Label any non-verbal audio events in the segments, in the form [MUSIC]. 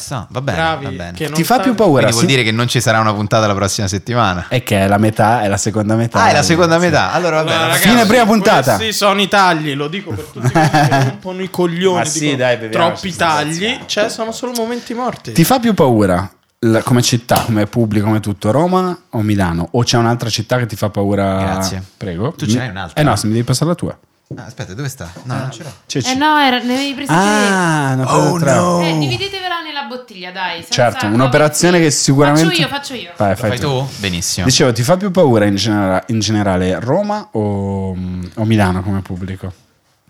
interessante. Va bene, Bravi, va bene. che non Ti fa stanno- più paura? Quindi vuol sì? dire che non ci sarà una puntata la prossima settimana. È che è la metà, è la seconda metà. Ah, è la seconda eh, Sì. metà. Allora va Allora, bene. ragazzi, Fine prima puntata. Questi sono i tagli, lo dico per [LAUGHS] tutti quelli che rompono i coglioni. Ma sì, dicono, dai, beviamo, troppi ci tagli, scherziamo. cioè sono solo momenti morti. Ti fa più paura la- come città, come pubblico, come tutto, Roma o Milano? O c'è un'altra città che ti fa paura? Grazie. Prego. Tu ce n'hai un'altra? Eh no, se mi devi passare la tua. Ah, aspetta, dove sta? No, non ce l'ho. Ceci. Eh no, era- ne avevi presi Ah, una cosa Oh, tra- no. tre. Eh, dividetevela nella bottiglia, dai. senza Certo, cose- un'operazione che sicuramente... Faccio io, faccio io. Vai, Lo fai tu. tu? Benissimo. Dicevo, ti fa più paura in, genera- in generale Roma o, o Milano come pubblico?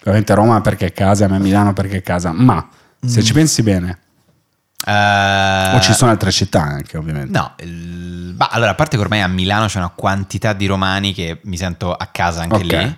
Ovviamente Roma perché è casa, a me Milano perché è casa, ma Mm. se ci pensi bene, Eh, o Oh, ci sono altre città anche ovviamente. No, il- bah, allora, a parte che ormai a Milano c'è una quantità di romani che mi sento a casa anche Ok. lì.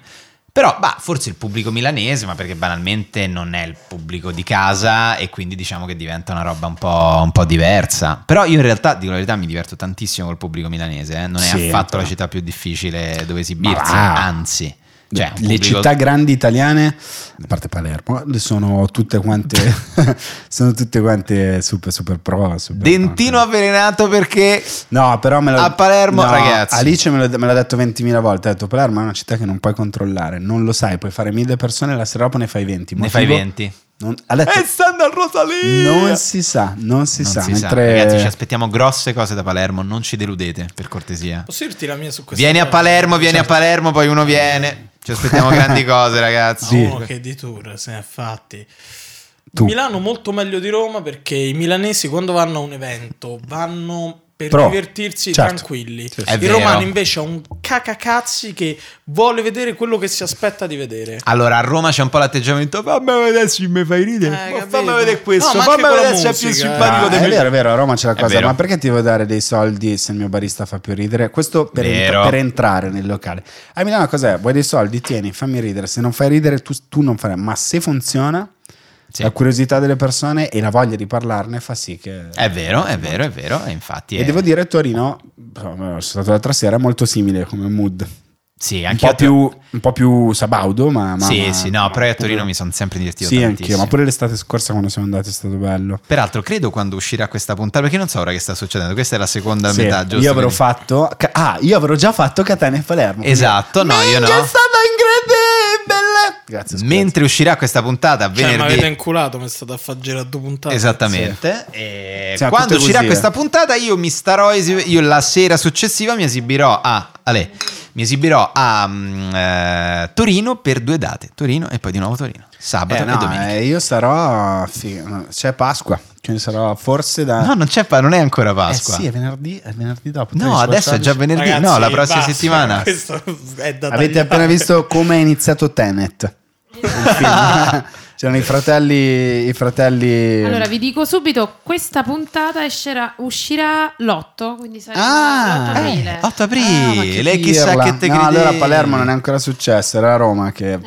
Però, bah, forse il pubblico milanese, ma perché banalmente non è il pubblico di casa e quindi diciamo che diventa una roba un po', un po' diversa. Però io in realtà, dico la verità, mi diverto tantissimo col pubblico milanese, eh. non è Sì, affatto però. la città più difficile dove esibirsi, Ma va. anzi. Cioè, un le pubblico- città grandi italiane, a parte Palermo, le sono tutte [LAUGHS] quante, sono tutte quante super, super pro. super- Dentino avvelenato perché No, però me lo- a Palermo, no, ragazzi. Alice me, lo- me l'ha detto 20.000 volte. Ha detto: Palermo è una città che non puoi controllare, non lo sai. Puoi fare mille persone, la sera dopo ne fai 20. ne Motivo? fai 20. Non, ha detto, Eh, stanno al Rosalino! non si sa, non si Non sa. si sa. mentre Ragazzi, ci aspettiamo grosse cose da Palermo, non ci deludete, per cortesia. Posso dirti la mia su questa? Vieni a cosa? certo. Palermo, vieni a Palermo, poi uno viene. Ci aspettiamo [LAUGHS] grandi cose, ragazzi. Sì. Oh, che di tour se ne è fatti. Tu. Milano molto meglio di Roma perché i milanesi quando vanno a un evento vanno per Pro. divertirsi Certo. tranquilli. sì. Sì, È Il vero. romano invece è un cacacazzi che vuole vedere quello che si aspetta di vedere. Allora, a Roma c'è un po' l'atteggiamento. Fammi vedere se mi fai ridere. Eh, Ma capito. fammi vedere questo. No, ma fammi anche con la vedere se è più musica, eh. simpatico Ah, di è me. vero, è vero, a Roma c'è la È cosa, vero. ma perché ti devo dare dei soldi se il mio barista fa più ridere? Questo per, ent- Vero. per entrare nel locale. A Milano cos'è? Vuoi dei soldi? Tieni, fammi ridere. Se non fai ridere tu, tu non farai, ma se funziona, Sì. la curiosità delle persone e la voglia di parlarne fa sì che... È vero, è vero, è vero. E infatti, E è- devo dire, Torino, sono stato l'altra sera, è molto simile come mood. sì, Un anche po, più, un po' più sabaudo, ma... ma- Sì, ma- sì, no, ma però io a pure- Torino mi sono sempre divertito Sì, anch'io, tantissimo. ma pure l'estate scorsa quando siamo andati è stato bello. Peraltro, credo quando uscirà questa puntata, perché non so ora che sta succedendo. Questa è la seconda Sì, metà, giusto? io avrò Quindi- fatto. ca- Ah, io avrò già fatto Catania e Palermo. Esatto, no, io no. Minchia, È stato incredibile. Grazie. scusa. Mentre uscirà questa puntata Cioè, mi venerdì Esatto. avete inculato, mi è stato a far girare due puntate. Esattamente. E Siamo quando tutte uscirà così, eh. questa puntata, io mi starò. esi- io la sera successiva mi esibirò a. Ale, mi esibirò a mm, eh, Torino per due date: Torino e poi di nuovo Torino. Sabato Eh, no, e domenica. eh, io sarò. fi- no, C'è Pasqua, quindi sarò forse da. No, non c'è, pa- non è ancora Pasqua. Eh sì, è venerdì, è venerdì dopo. no, 13, adesso è già 14. venerdì. Ragazzi, no, la prossima basta, settimana. [LAUGHS] questo è da Avete tagliare. appena visto come è iniziato Tenet. [LAUGHS] Il film. C'erano i fratelli. I fratelli. Allora, vi dico subito, questa puntata escerà- uscirà l'8, quindi sarà Ah, l'8 aprile. Eh, 8 Ah, ma aprile, che lei chissà pirla. che te no, credi. allora Palermo non è ancora successo, era a Roma [LAUGHS] che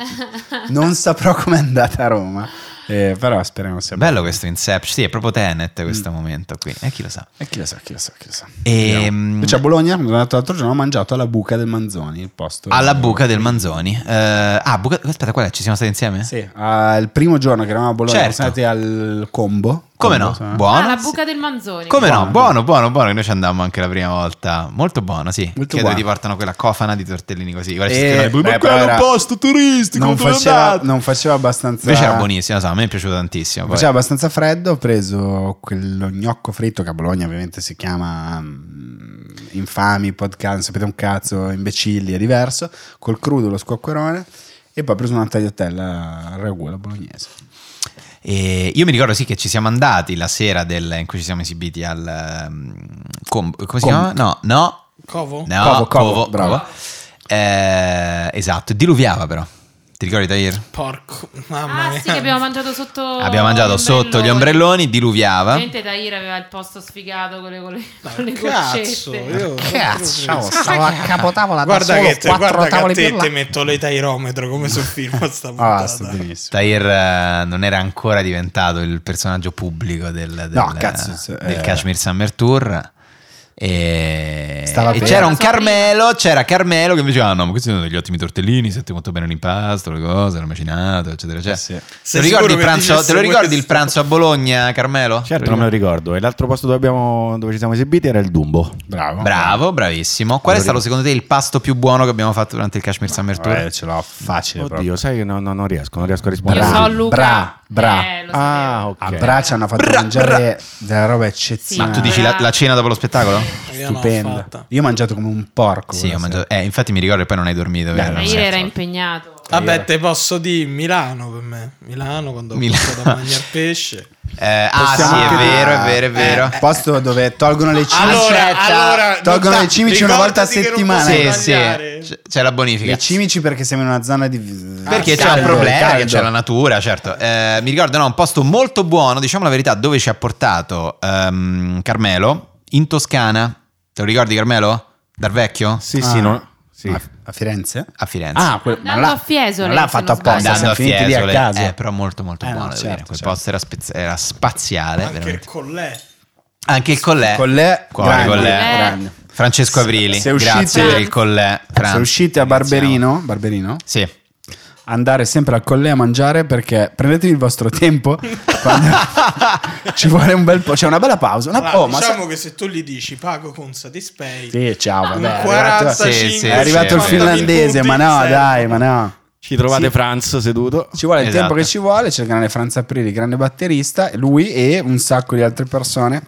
non saprò com'è andata a Roma, Eh, però speriamo sia Bello questo Inception, sì, è proprio Tenet questo Mm. momento qui. E chi lo sa. E Eh, chi lo sa, chi lo sa, chi lo sa. E, Vediamo. Invece a Bologna, mi sono andato l'altro giorno, ho mangiato alla buca del Manzoni, il posto. Alla buca del Manzoni. Eh, ah, buca, aspetta, qual è? Ci siamo stati insieme? Sì, ah, il primo giorno che eravamo a Bologna Certo. siamo andati al combo. Come Combo, no? Boh, insomma. Buono. Ah, la buca del Manzoni. Come no? Buono. Buono, buono, buono. Noi ci andammo anche la prima volta. Molto buono, sì. Molto che buono. dove ti portano quella cofana di tortellini così. Guarda, ci Eh, scrivono, beh, ma però quello è un era- posto turistico. Non dove faceva, andate?" non faceva abbastanza... Invece era buonissimo, lo so, a me è piaciuto tantissimo. poi. Faceva abbastanza freddo, ho preso quello gnocco fritto che a Bologna ovviamente si chiama mm, infami, podcast, non sapete un cazzo, imbecilli, è diverso, col crudo lo squacquerone e poi ho preso una tagliatella al ragù alla bolognese. E io mi ricordo sì che ci siamo andati la sera del- in cui ci siamo esibiti al... um, com- come si Com- chiama? No, no, Covo? no, Covo, Covo, bravo. Covo. Eh, esatto, diluviava però. Ti ricordi Tahir? Porco, mamma Ah, mia. sì, che abbiamo mangiato sotto Abbiamo mangiato sotto gli ombrelloni, eh? diluviava. Ovviamente Tahir aveva il posto sfigato con le, con le, Ma con le cazzo, goccette. io Ah, stavo a capotavola Guarda che te, guarda che a te ti metto l'etairometro come sul film a sta Ah, sta puntata. benissimo. Tahir eh, non era ancora diventato il personaggio pubblico del, del, No, cazzo, se- del eh. Kashmir Summer Tour. E, Stava e bene. c'era un Sono prima. Carmelo, c'era Carmelo che mi diceva: ah, no, ma questi sono degli ottimi tortellini, sente molto bene l'impasto, le cose, l'ho macinato, eccetera, eccetera. Eh, Sì. Te Sei lo, ricordi sicuro il che pranzo, dicesse te lo ricordi il questo? pranzo a Bologna, Carmelo? Certo, Te non lo me lo ricordi? ricordo. E l'altro posto dove, abbiamo- dove ci siamo esibiti era il Dumbo. Bravo. Bravo, bravissimo. Qual è Me lo stato secondo te il pasto più buono che abbiamo fatto durante il Kashmir Summer Tour? Eh, ce l'ho facile Oddio, proprio. sai che no- no- non riesco, non riesco a rispondere. Io Bra, so Luca. bra, bra. Eh, lo ah, sapevo. ok. A Bra ci hanno fatto Bra, mangiare della roba eccezionale. Ma tu dici la, la cena dopo lo spettacolo? Io non l'ho Stupenda. fatta. Io ho mangiato Eh, come un porco. Sì, ho quella mangiato. Eh, infatti mi ricordo che poi non hai dormito. Beh, vero? Ma non ieri so. era impegnato. Vabbè, te posso dire Milano per me. Milano quando ho Milano. portato a mangiare pesce. Eh, ah, sì, Possiamo è anche Eh, vero, è dire- vero, è vero. sera. Posto dove tolgono le cimici. Eh, Allora, Aspetta, allora tolgono non- le cimici una volta a ricordati che non settimana. posso Sì, Allora, sì, mangiare. c'è- c'è la bonifica. Le cimici perché siamo in una zona di... Perché c'è caldo, un problema, che caldo. c'è la natura, certo. Eh, mi ricordo, no, un posto molto buono, diciamo la verità, dove ci ha portato ehm, Carmelo, in Toscana. Te lo ricordi Carmelo? Dal vecchio? Sì, Ah. sì, no- sì. A, a Firenze? A Firenze. Ah, quello, Andando a Fiesole, Non l'ha se fatto non sbaglio. apposta, Andando siamo a finiti lì a Fiesole, caso. eh, però molto molto Eh, no, buono, devo certo, dire. quel certo. posto era, spez- era spaziale, Anche veramente. con lei. Anche il collè. Collè, Cuore, grande, collè. grande. Francesco Avrili, se grazie uscite- per il collè. Franz. Se uscite a Barberino, Barberino, Sì. andare sempre al collè a mangiare perché prendetevi il vostro [LAUGHS] tempo. quando- [LAUGHS] ci vuole un bel po'. C'è una bella pausa. Una... Allora, oh, ma diciamo se- che se tu gli dici pago con Satispay, Sì, ciao, vabbè. un è arrivato- 45 Sì, sì, È arrivato il sì, sì. 50.000 finlandese, punti, ma no, serve. dai, ma no. Ci trovate Franz seduto. Ci vuole il Esatto. tempo che ci vuole, c'è il grande Franz Aprili, grande batterista, lui e un sacco di altre persone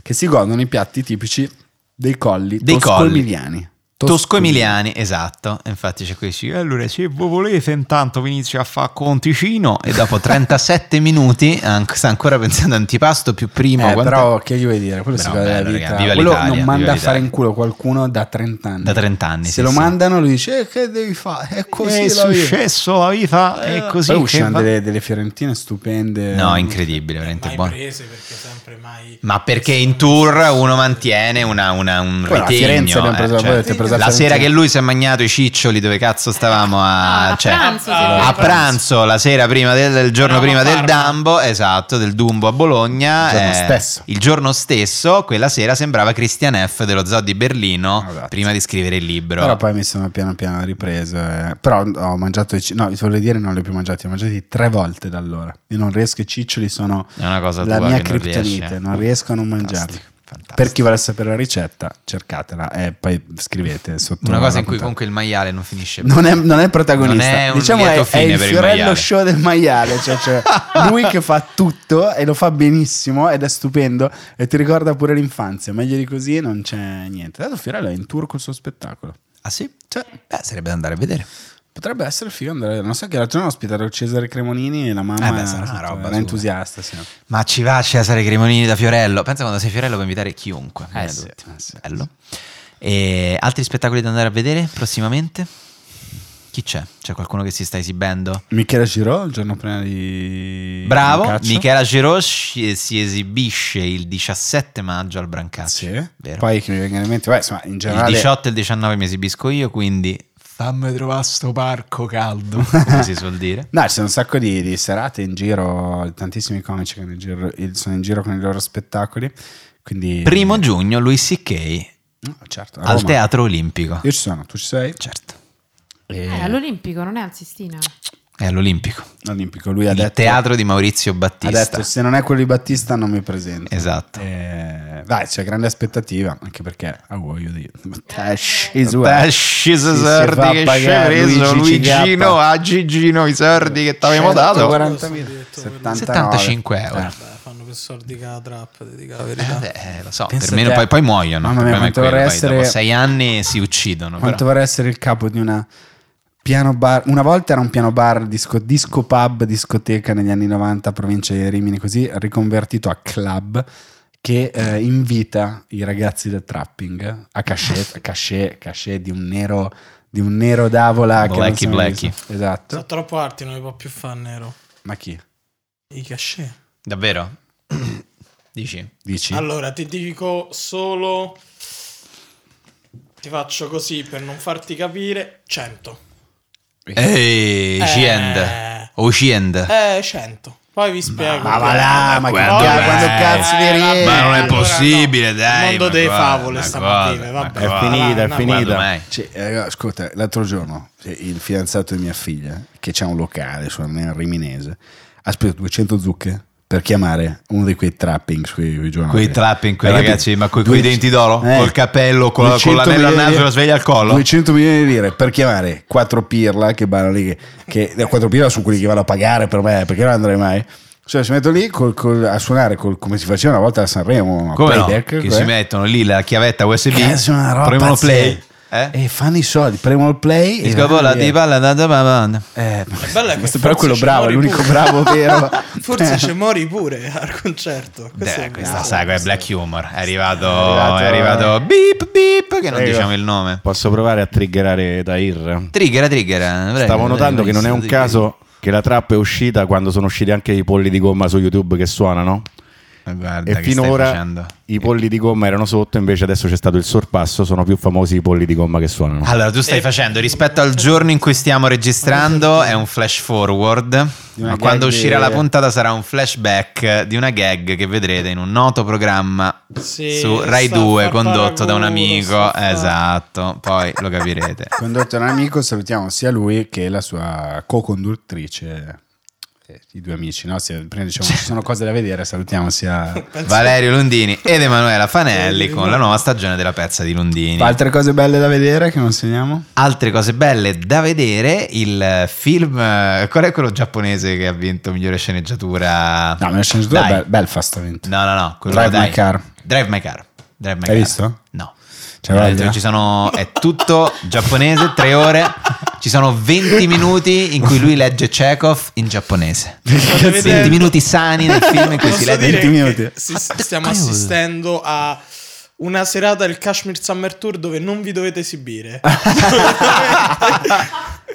che si godono i piatti tipici dei colli Dei tosco-emiliani. Tosco Emiliani, esatto. Infatti c'è questo. Allora, se voi volete, intanto vi inizio a fare conticino. E [LAUGHS] dopo 37 minuti an- sta ancora pensando a antipasto più primo. Eh, quanto- però che gli vuoi dire? Quello Però si guarda la bello, vita. raga, viva Quello l'Italia, non viva manda a fare l'Italia. in culo qualcuno da 30 anni. Da 30 anni, Se sì, lo sì. mandano lui dice "Eh, che devi fare? È così la vita". Eh, la vita è Poi usciranno delle, delle fiorentine stupende. No, eh, incredibile, veramente mai buono. prese perché sempre mai Ma perché in tour uno mantiene una, una- un Poi alla ritegno, Firenze abbiamo preso la eh, bolletta, preso la La sera Fiorentina. che lui si è mangiato i ciccioli dove cazzo stavamo a, Ah, a cioè, pranzo, a- sì, a a vero. pranzo la sera prima del, del giorno prima Eravamo a del Parma. Dumbo, esatto, del Dumbo a Bologna. eh, Il giorno stesso. il giorno stesso, quella sera sembrava Christian F. dello zoo di Berlino Esatto. prima di scrivere il libro. Però poi mi sono piano piano ripreso. eh. Però ho mangiato i ci- No, volevo dire non li ho più mangiati, li ho mangiati tre volte da allora. Io non riesco, i ciccioli sono È una cosa la tua mia che non riesci. eh. criptonite, non, riesco a non Fantastico, mangiarli. fantastico. Per chi vuole sapere la ricetta, cercatela e poi scrivete sotto. Una cosa in cui la puntata. comunque il maiale non finisce. non è, non è il protagonista, Non è un diciamo lieto è, è fine il per il fiorello maiale. show del maiale. Cioè, cioè, lui che fa tutto e lo fa benissimo ed è stupendo e ti ricorda pure l'infanzia. Meglio di così, non c'è niente. Dato Fiorello è in tour col suo spettacolo. Ah sì? Cioè, Beh, sarebbe da andare a vedere. Potrebbe essere figo andare. Non so che l'altro giorno ho ospitato Cesare Cremonini e la mamma Eh beh, sarà una era roba Eh, era sua. entusiasta. Sì. Ma ci va Cesare Cremonini da Fiorello. Pensa quando sei Fiorello puoi invitare chiunque. viene sì, tutti. eh sì. Bello. E altri spettacoli da andare a vedere prossimamente? Chi c'è? C'è qualcuno che si sta esibendo? Michela Giro il giorno prima di. Bravo, Brancaccio. Michela Giro si si esibisce il 17 maggio al Brancaccio. Sì. Vero. Poi che mi vengono in mente, beh, insomma, in il generale. 18 e il 19 mi esibisco io, quindi fammi trovare sto parco [LAUGHS] caldo, come si suol dire. No, ci sono un sacco di, di serate in giro, tantissimi comici che sono in giro, il- sono in giro con i loro spettacoli. Quindi. Primo giugno Luis C.K. No, certo, a al Roma. Teatro Olimpico. Io ci sono, tu ci sei? Certo, Eh, all'Olimpico, non è al Sistina. è all'Olimpico. Olimpico. Lui ha Il detto. teatro di Maurizio Ha Battista. detto: se non è quello di Battista, non mi presento. Esatto. Eh, dai, c'è grande aspettativa, anche perché a voi io dico, Pesci se sordi che ci hai preso Luigino ah, a Gigino i sordi che ti avevamo dato 75 euro. Beh, fanno per soldi che la trap, ti dico la verità. Eh, lo so, Pensa per meno te. poi, poi muoiono. Mamma il mia, problema è quanto vorrei quello, poi dopo essere- sei anni si uccidono. però. Quanto vorrei essere il capo di una piano bar, una volta era un piano bar, disco, disco pub, discoteca negli anni 90, provincia di Rimini, così riconvertito a club che eh, invita i ragazzi del trapping a cachet, cachet, cachet di un nero, di un nero d'avola. che non Blackie, sono Blackie. visto. Esatto. Sono troppo arti, non li può più fare nero. Ma chi? I cachet. Davvero? [CLEARS THROAT] Dici? Dici? Allora, ti dico solo... Ti faccio così per non farti capire. 100. Ehi, Oh, Cient. Eh. O Cient. Eh, 100. Poi vi spiego. ma va là, ma Quello che- è- quando cazzo vi Eh, vabbè, riesce? Ma non è allora possibile, no. dai. Mondo ma dei guarda, favole ma stamattina, guarda, vabbè. ma È guarda, finita, è no, guarda finita. mai. Cioè, eh, ascolta, l'altro giorno eh, il fidanzato di mia figlia, che c'ha un locale su nel Riminese, ha speso 200 zucche per chiamare uno di quei trappings, quei, quei giornali. Quei trapping, quei Hai ragazzi, capito? ma coi- coi Due- denti d'oro? Col cappello, con la- con 200 l'anello al milioni di- naso e la sveglia al collo? 200 milioni di lire per chiamare quattro pirla che vanno lì, che, che- quattro pirla su quelli che vanno a pagare per me, perché non andrei mai. Cioè, si metto lì col- col- a suonare col- come si faceva una volta a Sanremo, a Come no? playback, Che cioè. si mettono lì la chiavetta USB, Cazzo, è una roba premono pazzesca. Eh, play. Eh? E fanno i soldi, premono il play. Il e scapola vanno via. di palla da da da- da- da. Eh, bello è che questo forse però è quello ci bravo, è muori l'unico pure. bravo [LAUGHS] vero. Forse ci mori pure al concerto. Questo Beh, è Eh, questa bravo. sai, è black humor. È arrivato, È è arrivato- arrivato beep beep, che non eh. Prego. diciamo il nome. Posso provare a triggerare Tahir? Trigger, trigger. eh, prego, Stavo prego, notando che non è un trigger. caso che la trappa è uscita quando sono usciti anche i polli di gomma su YouTube che suonano. Ma Eh, Guarda, E che stai finora facendo? i polli di gomma erano sotto, invece adesso c'è stato il sorpasso, sono più famosi i polli di gomma che suonano. Allora, tu stai Eh. facendo rispetto al giorno in cui stiamo registrando, è un flash forward. una Ma quando gag uscirà di- la puntata sarà un flashback di una gag che vedrete in un noto programma Sì, su Rai sta a 2 far condotto da un paraculo, sta amico. a far- Esatto, poi lo [LAUGHS] capirete. Condotto da un amico, salutiamo sia lui che la sua co-conduttrice. eh, I due amici, no? Se, prima diciamo ci sono cose da vedere, salutiamo sia. Penso- Valerio Lundini ed Emanuela Fanelli con la nuova stagione della pezza di Lundini. Altre cose belle da vedere che non segniamo? Altre cose belle da vedere, il film, eh, qual è quello giapponese che ha vinto migliore sceneggiatura? No, me ne sento Dai. Bel, Belfast ha vinto. No, no, no. quello- Drive dai. My Car. Drive My Car. Drive My Hai Car. visto? No. C'è Ho voglia? detto che ci sono, è tutto giapponese, tre ore. Ci sono 20 minuti in cui lui legge Chekhov in giapponese. State vedendo- 20 minuti sani nel film in cui si Posso legge. dire 20 minuti. che si- Ah, stiamo cavolo. assistendo a una serata del Kashmir Summer Tour dove non vi dovete esibire. No,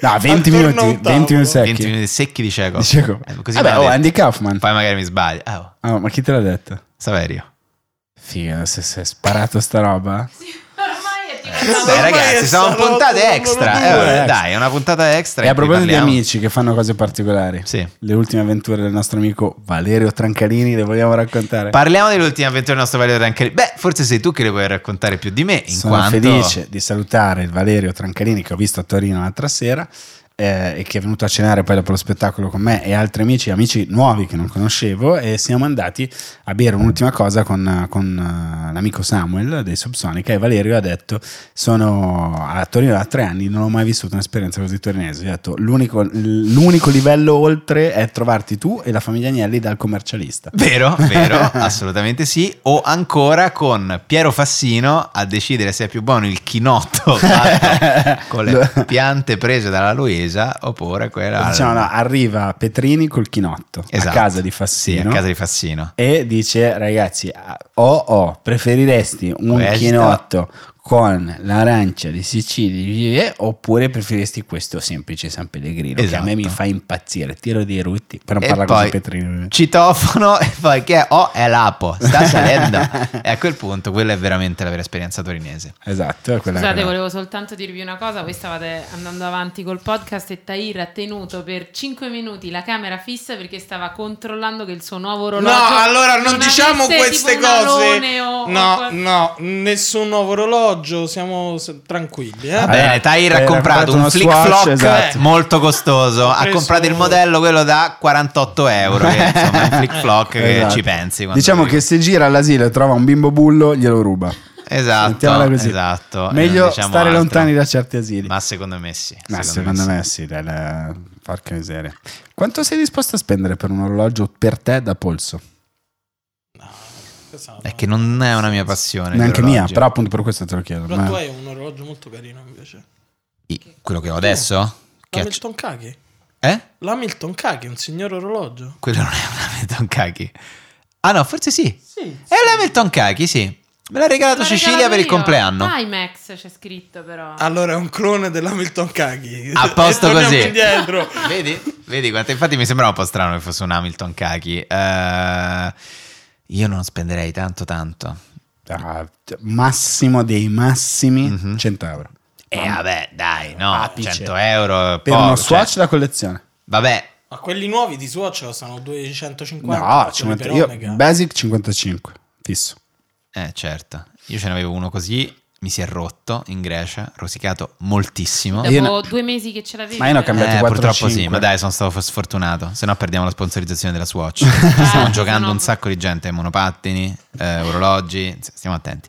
20 Attorno a minuti, un 20 minuti secchi. 20 minuti secchi di Chekhov. Di Chekhov. Eh, Così Vabbè, me l'ha oh, detto. Andy Kaufman. Poi magari mi sbaglio. Ah, oh, Ah, ma chi te l'ha detto? Saverio. Figa, se si è sparato sta roba. Ormai è Sì, Beh, ormai ragazzi, è sono stato puntate numero extra. due. Eh, vabbè, dai, è una puntata extra. E a in cui proposito di parliamo- amici che fanno cose particolari, Sì. le ultime avventure del nostro amico Valerio Trancalini le vogliamo raccontare? Parliamo dell'ultima avventura del nostro Valerio Ranchelli. Beh, forse sei tu che le puoi raccontare più di me. In Sono quanto... felice di salutare il Valerio Trancalini che ho visto a Torino l'altra sera eh, e che è venuto a cenare poi dopo lo spettacolo con me e altri amici, amici nuovi che non conoscevo e siamo andati a bere un'ultima cosa con, con, eh, l'amico Samuel dei Subsonica e Valerio ha detto sono a Torino da tre anni non ho mai vissuto un'esperienza così torinese Gli ho detto l'unico, l'unico livello oltre è trovarti tu e la famiglia Agnelli dal commercialista Vero, [LAUGHS] vero, assolutamente sì. O ancora con Piero Fassino a decidere se è più buono il [LAUGHS] chinotto fatto con le piante prese dalla Luisa oppure quella. Diciamo, no, arriva Petrini col chinotto Esatto. a casa di Sì, Fassino a casa di Fassino. e dice ragazzi o oh, oh, preferiresti un Questo. chinotto con l'arancia di Sicilia eh, oppure preferiresti questo semplice San Pellegrino che a me Esatto. mi fa impazzire tiro dei rutti però E parla poi così Petrini eh. ovviamente. citofono e poi che è? Oh, è l'apo, [LAUGHS] sta salendo. e a quel punto quella è veramente la vera esperienza torinese. esatto è quella Scusate, quella. volevo soltanto dirvi una cosa. Voi stavate andando avanti col podcast e Tahir ha tenuto per 5 minuti la camera fissa perché stava controllando che il suo nuovo orologio. No, allora non, diciamo avesse queste tipo un cose. alone o- o no, qual- no, nessun nuovo orologio, siamo s- tranquilli. Eh? Va Ah, Vabbè, bene, Tahir ha eh, comprato un uno flick Swatch, flock esatto. molto costoso. Ho Ha preso- comprato il modello, quello da 48 euro. Che insomma, è un flick flock che Esatto. ci pensi. quando diciamo devi- che se gira all'asilo e trova un bimbo bullo glielo ruba Mettiamola Esatto, così. esatto. meglio Eh, Non diciamo stare altro. lontani da certi asili Ma secondo me sì. Ma secondo, me sì, dai, la- porca miseria. Quanto sei disposto a spendere per un orologio per te da polso? Questa è una- È che non è una mia passione. Neanche mia, l'orologio. però appunto per questo te lo chiedo. Però tu Ma hai un orologio molto carino invece. I- Quello che ho adesso? Che ac- L'Hamilton Kagi. eh? L'Hamilton Kagi, un signor orologio. Quello non è un [LAUGHS] Hamilton Kaki. Ah no, forse sì. Sì. È un Hamilton Kaki, sì. Me l'ha regalato L'ho Cecilia regalato per il io. compleanno. IMAX c'è scritto però. Allora è un clone dell'Hamilton Kagi. A posto E torniamo così. indietro. Vedi? Vedi quanto- Infatti mi sembrava un po' strano che fosse un Hamilton Kaki. Eh, io non spenderei tanto tanto. ah, massimo dei massimi Mhm. 100 euro. Eh, E vabbè, dai, no, Apice. 100 euro. Ah, Per poco, uno cioè, Swatch da collezione. Vabbè, Ma quelli nuovi di Swatch costano 250 no, quelli 50 per io Omega. Basic 55, fisso. Eh, certo. Io ce n'avevo uno così, mi si è rotto in Grecia, rosicato moltissimo. Dopo io no- due mesi che ce l'avevi. Ma io ne ho però. cambiati Eh, quattro, purtroppo sì, cinque. ma dai, sono stato f- sfortunato. Se no, perdiamo la sponsorizzazione della Swatch. Stiamo Eh, giocando no. un sacco di gente, monopattini, eh, orologi. s- Stiamo attenti.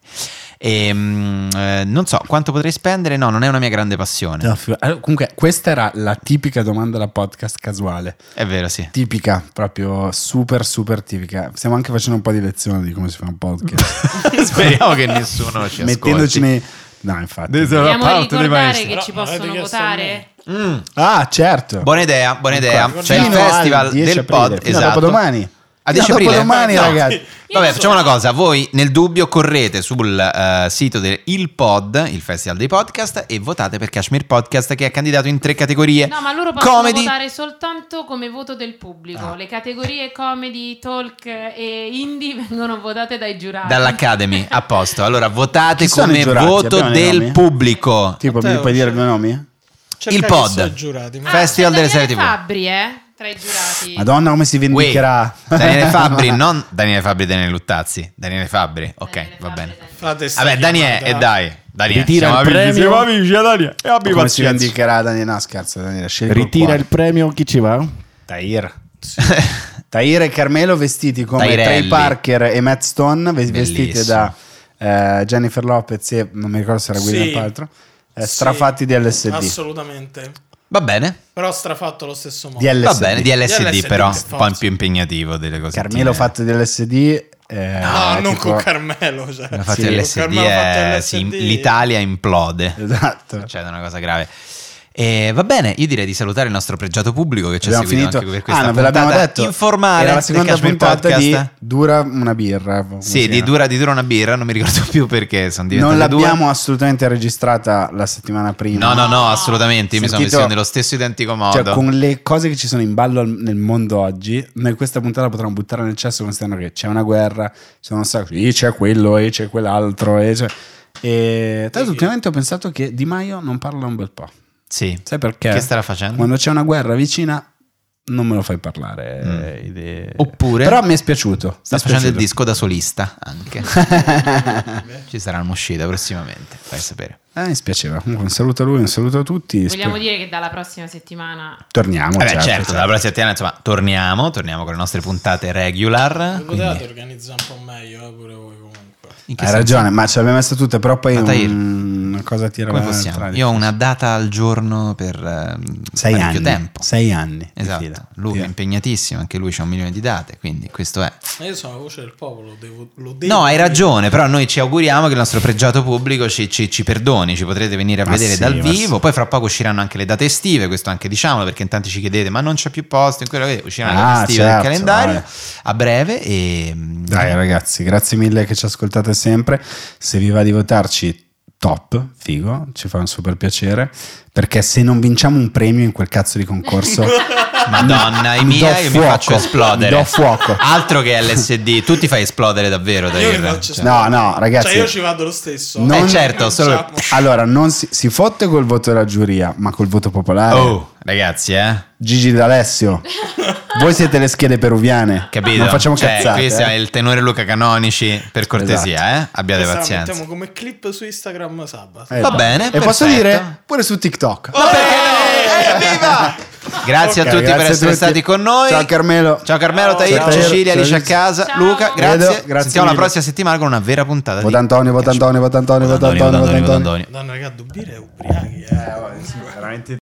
E, Ehm, mm, eh, non so quanto potrei spendere. No, non è una mia grande passione. No, figu- allora, eh, comunque, questa era la tipica domanda da podcast casuale. È vero, sì. Tipica, proprio super, super tipica. Stiamo anche facendo un po' di lezione di come si fa un [LAUGHS] podcast. Speriamo che nessuno ci Mettendoci ascolti. nei... No, infatti. Vogliamo ricordare che Però ci non avete possono chiesto a votare? Mm, Ah, certo. buona idea, buona idea. Ancora. C'è il Fino al festival 10 del aprile, pod. fino a Esatto. dopodomani. A Fino 10 a aprile. dopodomani, No. ragazzi. [LAUGHS] non Vabbè, so. facciamo una cosa. Voi nel dubbio correte sul eh, sito del Il Pod, il festival dei podcast, e votate per Kashmir Podcast che è candidato in tre categorie. No, ma loro possono Eh, Comedy. Ah. votare soltanto come voto del pubblico. Le categorie comedy, talk e indie [LAUGHS] vengono votate dai giurati. [LAUGHS] Ah, Dall'Academy, a posto. Allora votate Chi sono come i giurati? voto Abbiamo i del nomi? pubblico. Tipo, mi Matteo, puoi dire c'è- due nomi? Il Cercate pod. se sono giurati, ma- Fe- Festival c'è delle Daniele serie TV. Fabbri, eh? Tra i giurati. Madonna, come si Uè, vendicherà. Daniele [LAUGHS] Fabri, non Daniele Fabri, Daniele Luttazzi. Daniele Fabri, ok, Daniele va Fabbri, bene. Daniele Fabbri. Frate, sta Vabbè, Daniele, e chiamata. dai, Daniele, Ritira siamo il amici. premio. Siamo amici, eh, Daniele. E abbi Come si pazienza. vendicherà Daniele? No, scherzo, Daniele. Scegli Ritira qualcuno. il premio, chi ci va? Tahir. Tahir e Carmelo vestiti come Tahirelli. Trey Parker e Matt Stone, ve- vestiti Bellissimo. da eh, Jennifer Lopez e non mi ricordo se era Guido Sì. Paltrow, eh, Sì, strafatti di LSD. Assolutamente. Va bene. Però strafatto allo stesso modo. Di LSD. Va bene, di LSD, LSD, però per un po' in forza. più impegnativo delle cose. Carmelo fatto di LSD. eh, No, non tipo- con Carmelo. Cioè. L'ha fatto Sì, LSD, con Carmelo fatto LSD. è- eh, sì, l'Italia implode. [LAUGHS] Esatto. Succede una cosa grave. E va bene, io direi di salutare il nostro pregiato pubblico che ci ha Abbiamo seguito finito. anche per ah, questa non ve puntata l'abbiamo detto. informale Era la del seconda Kashmir puntata Podcast. di Dura una birra. come si Sì, di chiama. dura, di dura una birra, non mi ricordo più perché sono diventate Non due. l'abbiamo assolutamente registrata la settimana prima. No, no, no, assolutamente, io mi sono Sentito- messo nello stesso identico modo. Cioè, con le cose che ci sono in ballo al- nel mondo oggi, noi questa puntata potremmo buttare nel cesso considerando che c'è una guerra, c'è un sacco, e c'è quello, e c'è quell'altro, e c'è... E tra l'altro ultimamente ho pensato che Di Maio non parla un bel po'. Sì. Sai perché? Che starà facendo? Quando c'è una guerra vicina non me lo fai parlare. eh, idee- Oppure- Però mi è spiaciuto. Mm. Sta mi è facendo il spiaciuto. disco da solista [LAUGHS] anche. Ci sarà un'uscita prossimamente, fai sapere. Eh, mi spiaceva. Comunque un saluto a lui, un saluto a tutti. Vogliamo Sper- dire che dalla prossima settimana Torniamo. Vabbè, certo, certo. dalla prossima settimana insomma torniamo, torniamo con le nostre puntate regular. Lo quindi- potevate organizzare un po' meglio, eh, pure voi comunque. in che Hai senso? ragione, ma ce l'abbiamo messa tutta, però poi Ma Tahir, un- una cosa tira Come l'altra, possiamo? dai. Io ho una data al giorno per ehm, sei parecchio anni, tempo. sei anni di Esatto, fila. lui Sì. è impegnatissimo, anche lui c'ha un milione di date, quindi questo è. Ma io sono la voce del popolo, devo, lo devo No, hai dire. ragione, però noi ci auguriamo che il nostro pregiato pubblico ci, ci- ci perdoni, ci potrete venire a Ma vedere sì, dal ma vivo, sì. poi fra poco usciranno anche le date estive, questo anche diciamolo perché in tanti ci chiedete ma non c'è più posto, in quello che usciranno le Ah, date estive certo, del calendario dai. a breve e... mm, Dai ragazzi, grazie mille che ci ascoltate sempre. Se vi va di votarci, top, figo, ci fa un super piacere. Perché se non vinciamo un premio in quel cazzo di [LAUGHS] concorso, Madonna, i mi do miei io mi fuoco, faccio esplodere. Ah, mi do fuoco. Altro che LSD, tu ti fai esplodere davvero, Io mi Tahir. faccio Cioè, no, no, ragazzi. Cioè, io ci vado lo stesso. Cioè, Non- Eh, certo, solo- Ciao. Allora, non si, si fotte col voto della giuria, ma col voto popolare. Oh, ragazzi, eh. Gigi D'Alessio, voi siete le schede peruviane. Capito? Non facciamo Cioè, cazzate. Questo è eh. Esatto. il tenore Luca Canonici, per cortesia, eh. Abbiate Questa la pazienza. mettiamo come clip su Instagram sabato. Eh, Va bene, E posso perfetto. dire pure su TikTok. Va Eh, bene, Eh, evviva! Grazie Ok, a grazie tutti per a essere tutti. stati con noi. Ciao Carmelo. Ciao Carmelo, Ciao, Tahir, ciao. Cecilia, Ciao. Alice a casa, Ciao. Luca, grazie. Vedo, grazie Sentiamo la mille. prossima settimana con una vera puntata Vota di Antonio, vota Antonio, vota Antonio, vota Antonio, vota Antonio. Madonna, raga, Dubire è ubriachi, eh. Veramente